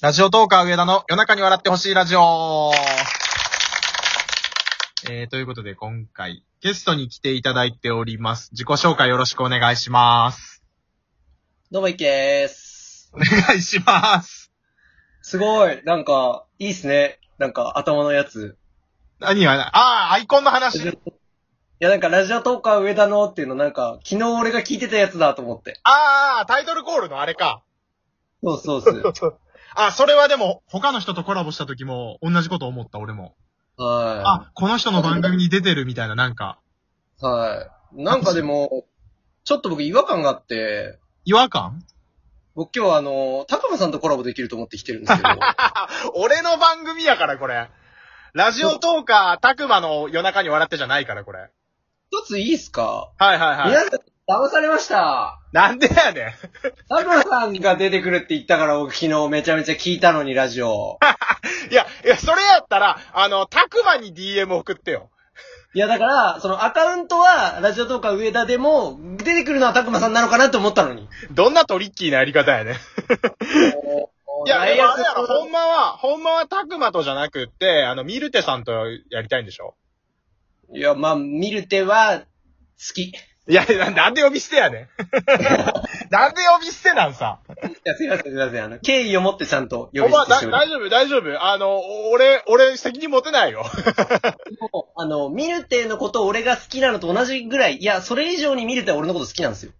ラジオトーカー上田の夜中に笑ってほしいラジオえー、ということで今回ゲストに来ていただいております。自己紹介よろしくお願いします。 どうも、いきでーす。お願いします。すごい、なんか、いいっすね。なんか、頭のやつ。何は、あー、アイコンのい話。や、なんか、ラジオトーカー上田のっていうの、なんか、昨日俺が聞いてたやつだと思って。あー、タイトルコールのあれか。そうそうっす。あ、それはでも他の人とコラボした時も同じこと思った俺も。はあ、この人の番組に出てるみたいななんかい。はい。なんかでも、ちょっと僕違和感があって、違和感僕今日あの、高野さんとコラボできると思って来てるんです けど、俺の番組やからこれ。ラジオトーカー、たくまの夜中に笑ってじゃないからこれ。一ついいっすか、はいはいはい。皆さん、騙されました。なんでやね高野さんが出てくるって言ったから、僕昨日めちゃめちゃ聞いたのに、ラジオ。ん。いや、いや、それやったら、あの、たくまに DM 送ってよ。いや、だから、そのアカウントは、ラジオとか上田でも、出てくるのはたくまさんなのかなって思ったのに。どんなトリッキーなやり方やねん。いや、大でもあ学れやろ、ほんまは、ほんまはたくまとじゃなくって、あの、ミルテさんとやりたいんでしょいや、まあ、見る手は、好き。いいや、ななんで呼び捨てやねん。なんで呼び捨てなんさ。や、すいません、すいません。あの、敬意を持ってちゃんと呼おび捨前、てしだており大丈ま夫、大丈夫。あの、俺、俺、責任持てないよ。 す。もうあの、見る手のことを俺が好きなのと同じぐらい、いや、それ以上に見る手は俺のこと好きなんですよ。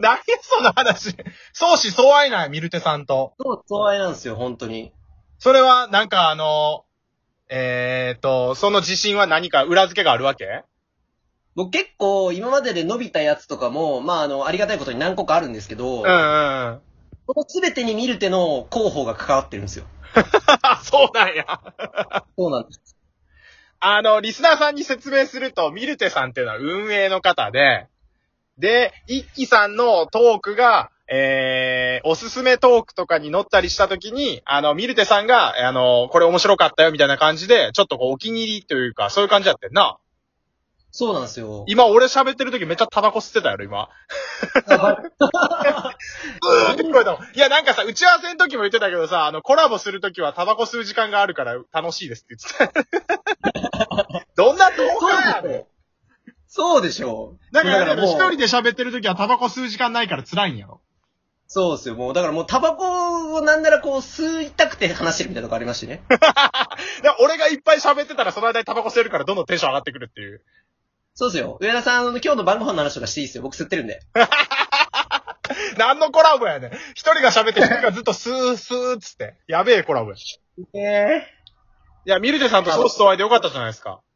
何や、その話。相思相愛ない、ミルテさんと。そう、そう愛なんですよ、本当に。それは、なんかあの、えーと、その自信は何か裏付けがあるわけ僕結構、今までで伸びたやつとかも、まあ、あの、ありがたいことに何個かあるんですけうんうど、ん うん。この全てに見る手の広報が関わってるんですよ。そうなんや。そうなんです。あの、リスナーさんに説明すると、ミルテさんっていうのは運営の方で、で、一輝さんのトークが、えー、おすすめトークとかに載ったりしたときに、あの、ミルテさんが、あの、これ面白かったよみたいな感じで、ちょっとこう、お気に入りというか、そういう感じやってんな。そうなんですよ。今、俺喋ってる時めっちゃタバコ吸ってたやろ、今。ブーって聞こえたもん。いや、なんかさ、打ち合わせの時も言ってたけどさ、あの、コラボする時はタバコ吸う時間があるから楽しいですって言ってた。 どんなトーカーやねん そうでしょう。だから、もう一人で喋ってる時はタバコ吸う時間ないから辛いんやろ。そうですよ。もう、だからもう、タバコをなんならこう、吸いたくて話してるみたいなとこありましてね。だから俺がいっぱい喋ってたらその間にタバコ吸えるからどんどんテンション上がってくるっていう。そうですよ。上田さん、あの今日の晩ご飯の話とかしていいですよ。僕吸ってるんで。何のコラボやねん。一人が喋って一人がずっとスースーっつって。やべえコラボや。いええや、ミルテさんとソースと会えてよかったじゃないですか。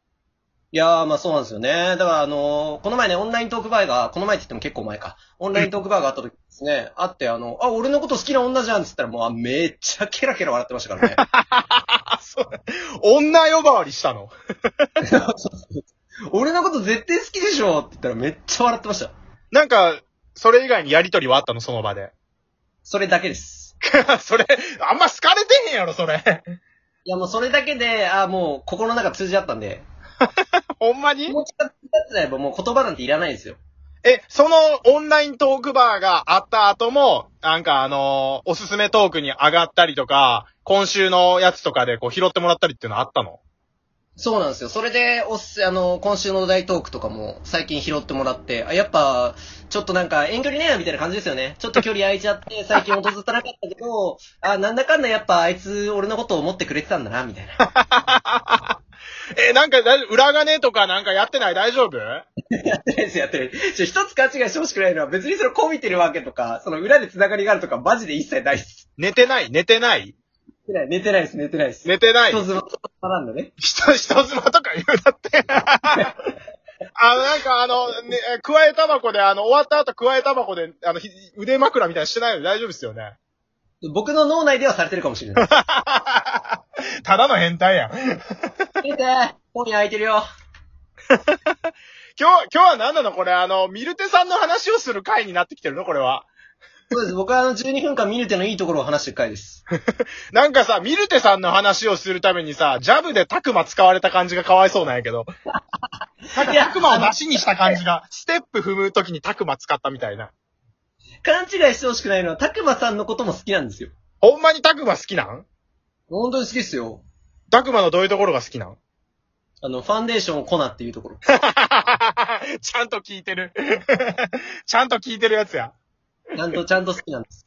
いやー、まあそうなんですよね。だからあのーこの前ね、オンライントークバーが、この前って言っても結構前か。オンライントークバーがあった時ですね、あってあの、あ、俺のこと好きな女じゃんって言ったらもう、あめっちゃケラケラ笑ってましたからね。あ、そう。女呼ばわりしたの。俺のこと絶対好きでしょって言ったらめっちゃ笑ってました。なんか、それ以外にやりとりはあったの、その場で。それだけです。 それ、あんま好かれてへんやろ、それ。 いやもうそれだけで、ああもう心の中通じ合ったんで、ほんま気に持ちが通じ合ってればもう言葉なんていらないですよ。え、そのオンライントークバーがあった後も、なんかあのーおすすめトークに上がったりとか、今週のやつとかでこう拾ってもらったりっていうのあったのそうなんですよ。それで、おっす、あの、今週のお題トークとかも最近拾ってもらって、あ、やっぱ、ちょっとなんか遠距離恋愛みたいな感じですよね。ちょっと距離空いち ゃって、最近訪れたなかったけど、あ、なんだかんだやっぱあいつ俺のことを思ってくれてたんだな、みたいな。え、なんかだい裏金とかなんかやってない大丈夫やってないです、やってない。ちょ、一つ勘違いしてほしくないのは、別にそれこびてるわけとか、その裏で繋がりがあるとか、マジで一切ないっす。寝てない寝てない寝てない、寝てないです、寝てないです。寝てない人妻なんだね。人、人妻とか言うなって。 あの、なんかあの、ね、え加えタバコで、あの、終わった後加えタバコで、あの、ひ腕枕みたいにしてないの大丈夫ですよね。僕の脳内ではされてるかもし れない。ただの変態やん。見て本屋空いてるよ。今日は、今日は何なのこれ、あの、ミルテさんの話をする回になってきてるのこれは。そうです。僕はあの12分間見る手のいいところを話してる回です。なんかさ、ミルテさんの話をするためにさ、ジャブでタクマ使われた感じがかわいそうなんやけど。タクマを出しにした感じが、ステップ踏むときにタクマ使ったみたいな。勘違いしてほしくないのは、たくまさんのことも好きなんですよ。ほんまにタクマ好きなん本当に好きですよ。タクマのどういうところが好きなん あの、ファンデーションを粉っていうところ。ちゃんと聞いてる。 ちゃんと聞いてるやつや。ちゃんと、ちゃんと好きなんです。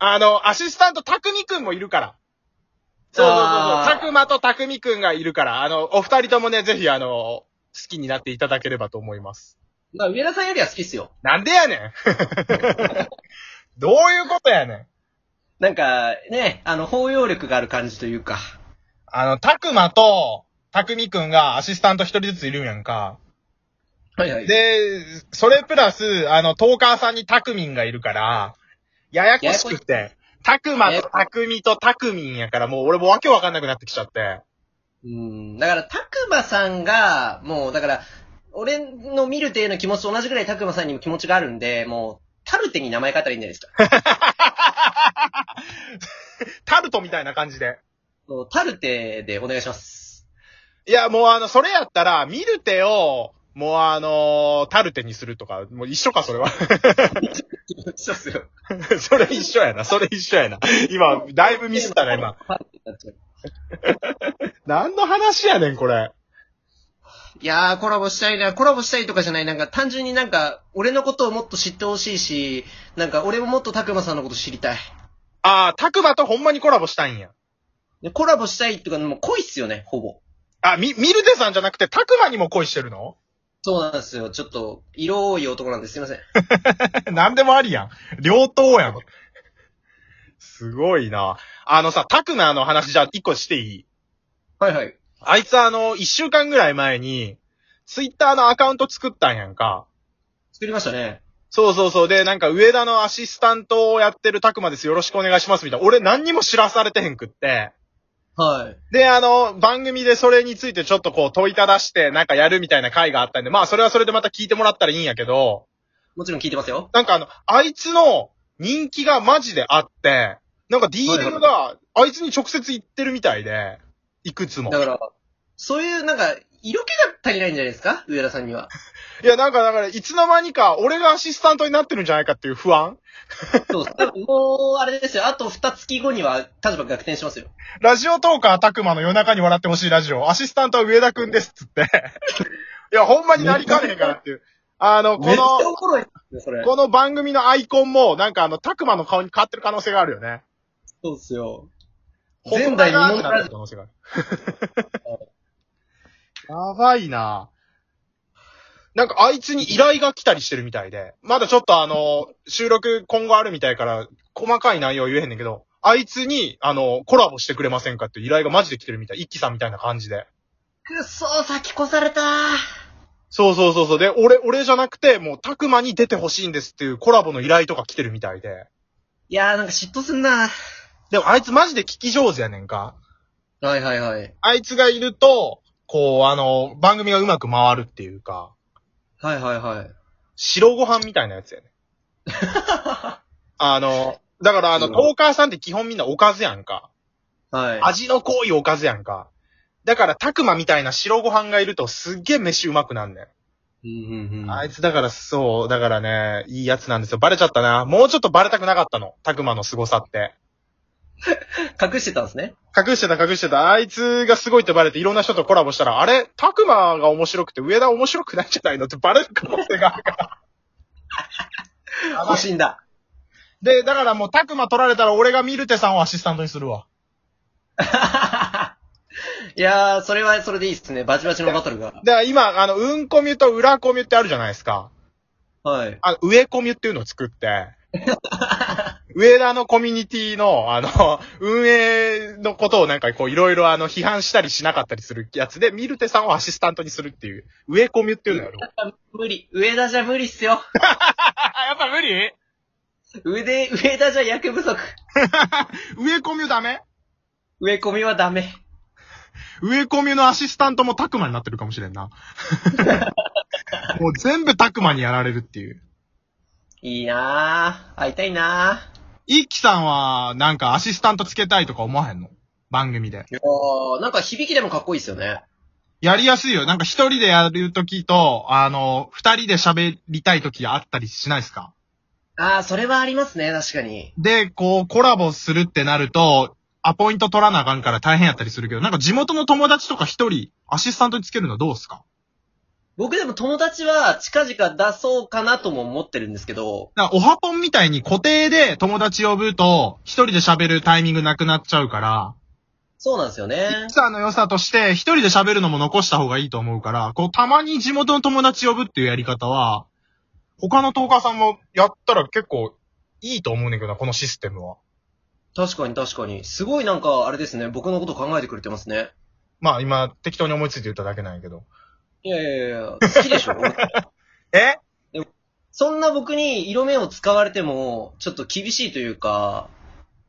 あの、アシスタント、たくみくんもいるから。そうそうそうあそう。ーたくまとたくみくんがいるから、あの、お二人ともね、ぜひ、あの、好きになっていただければと思います。まあ、上田さんよりは好きっすよ。なんでやねん どういうことやねんなんか、ね、あの、包容力がある感じというか。あの、たくまと、たくみくんがアシスタント一人ずついるんやんか。はいは。で、それプラス、あの、トーカーさんにたくみんがいるから、ややこしくて、たくまとたくみとたくみんやから、もう俺もわけわかんなくなってきちゃって。うん。だから、たくまさんが、もう、だから、俺の見る手の気持ちと同じぐらいたくまさんにも気持ちがあるんで、もう、タルテに名前変えたらいいんじゃないですか。タルトみたいな感じで。もうタルテでお願いします。いや、もうあの、それやったら、ミルテを、もうあのータルテにするとか、もう一緒か、それは。 そうっすよ。それ一緒やな、それ一緒やな。今、だいぶミスったな、今。タルテになっちゃう。何の話やねん、これ。いやー、コラボしたいな、コラボしたいとかじゃない、なんか単純になんか、俺のことをもっと知ってほしいし、なんか俺ももっとたくまさんのこと知りたい。あー、タクマとほんまにコラボしたいんや。でコラボしたいっていうか、もう恋っすよね、ほぼ。あ、み、ミルテさんじゃなくて、タクマにも恋してるの そうなんですよ。ちょっと、色多い男なんです。すいません。何でもありやん。両党やん。すごいな。あのさ、タクマの話じゃあ一個していいはいはい。あいつあの、一週間ぐらい前に、ツイッターのアカウント作ったんやんか。作りましたね。そうそうそう。で、なんか、上田のアシスタントをやってるたくまです。よろしくお願いします。みたいな。俺何にも知らされてへんくって。はい。で、あの、番組でそれについてちょっとこう問いただして、なんかやるみたいな回があったんで、まあ、それはそれでまた聞いてもらったらいいんやけど、もちろん聞いてますよ。なんかあの、あいつの人気がマジであって、なんか DM が、あいつに直接行ってるみたいで、いくつも。だから、そういう、なんか、色気が足りないんじゃないですか上田さんには。いや、なんか、だから、いつの間にか、俺がアシスタントになってるんじゃないかっていう不安そうです。多分もう、あれですよ。あと二月後には、立場逆転しますよ。ラジオトーカーたくまの夜中に笑ってほしいラジオ、アシスタントは上田くんですっつって。 いや、ほんまになりかねえからっていう。あの、めこっちゃの、おもろいですね、それ。この番組のアイコンも、なんかあの、たくまの顔に変わってる可能性があるよね。そうですよ。前代未細長聞くなってる可能性がある。 やばいななんかあいつに依頼が来たりしてるみたいで、まだちょっとあの、収録今後あるみたいから、細かい内容言えへんねんけど、あいつに、あの、コラボしてくれませんかっていう依頼がマジで来てるみたい。一輝さんみたいな感じで。くっそー、先越されたー。そうそうそうそう。で、俺、俺じゃなくて、もう、たくまに出てほしいんですっていうコラボの依頼とか来てるみたいで。いやー、なんか嫉妬すんなでも、あいつマジで聞き上手やねんか。はいはいはい。あいつがいると、こう、あの、番組がうまく回るっていうか、はいはいはい。白ご飯みたいなやつやね。あの、だからあの、うんトーカーさんって基本みんなおかずやんか。はい。味の濃いおかずやんか。だから、たくまみたいな白ご飯がいるとすっげえ飯うまくなんねん。うんうんうん。あいつだからそう、だからね、いいやつなんですよ。バレちゃったな。もうちょっとバレたくなかったの。たくまの凄さって。隠してたんですね。隠してた隠してた。あいつがすごいってバレていろんな人とコラボしたら、あれタクマが面白くて上田面白くないんじゃないのってバレる可能性がある から。欲しいんだ。で、だからもうタクマ取られたら俺がミルテさんをアシスタントにするわ。 いやー、それはそれでいいっすね。バチバチのバトルが。で、今、あの、うんコミュと裏コミュってあるじゃないですか。はい。あの、上コミュっていうのを作 って、上田のコミュニティの、あの、運営のことをなんかこういろいろあの、批判したりしなかったりするやつで、ミルテさんをアシスタントにするっていう、上コミュっていうのをやる。無理。上田じゃ無理っすよ。あ、 やっぱ無理上で、上田じゃ役不足。上コミュダメ植え込みはダメ。植え込みのアシスタントもタクマになってるかもしれん な。もう全部タクマにやられるっていう。いいなー。会いたいな一輝さんは、なんかアシスタントつけたいとか思わへんの番組で。ー。いやー、なんか響きでもかっこいいっすよね。やりやすいよ。なんか一人でやるときと、あの、二人で喋りたいときあったりしないですかああ、それはありますね、確かに。で、こう、コラボするってなると、アポイント取らなあかんから大変やったりするけど、なんか地元の友達とか一人、アシスタントにつけるのどうっすか僕でも友達は近々出そうかなとも思ってるんですけど、なんかおはぽんみたいに固定で友達呼ぶと、一人で喋るタイミングなくなっちゃうから、そうなんですよね。ミキサーの良さとして、一人で喋るのも残した方がいいと思うから、こう、たまに地元の友達呼ぶっていうやり方は、他のトーカーさんもやったら結構いいと思うねんけどな、このシステムは。確かに確かに。すごいなんか、あれですね、僕のこと考えてくれてますね。まあ今、適当に思いついて言っただけなんやけど。いやいやいや、好きでしょ えそんな僕に色目を使われても、ちょっと厳しいというか、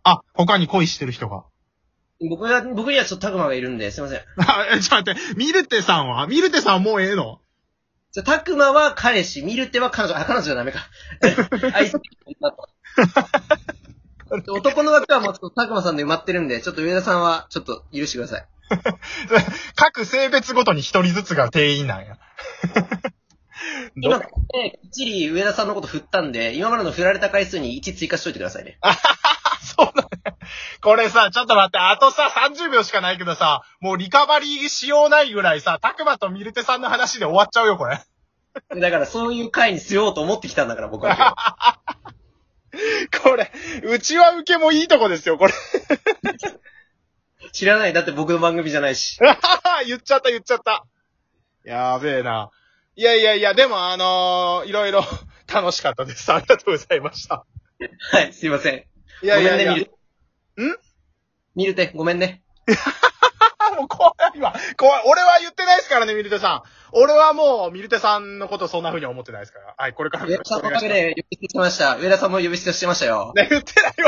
あ、他に恋してる人が。 僕は、僕にはちょっとタグマがいるんで、すいません。あ、えちょっと待って、ミルテさんはミルテさんはもうええのじゃあ、タクマは彼氏、ミルテは彼女、あ、彼女じゃダメか。愛すべき女と。 で男の枠はもうちょっとタクマさんで埋まってるんで、ちょっと上田さんは、ちょっと許してください。各性別ごとに一人ずつが定員なんや。ど今、ここできっちり上田さんのこと振ったんで、今までの振られた回数に1追加しといてくださいね。そうだね。これさ、ちょっと待って、あとさ、30秒しかないけどさ、もうリカバリーしようないぐらいさ、タクマとミルテさんの話で終わっちゃうよ、これ。だからそういう回にしようと思ってきたんだから、僕 は。これ、うちは受けもいいとこですよ、これ。知らない。だって僕の番組じゃないし。 言っちゃった、言っちゃった。やべえな。いやいやいや、でもあのーいろいろ楽しかったです。ありがとうございました。はい、すいません。いやいやいごやめん。ね、見る。ん見るて、ごめんね。あ、もう怖いわ。怖い。俺は言ってないですからね、ミルテさん。俺はもう、ミルテさんのことそんな風には思ってないですから。はい、これからも上よろ田しくさおんのお願いしかげます。で呼び捨てしてました。上田さんも呼び捨てしてましたよ。ね、言ってないわ。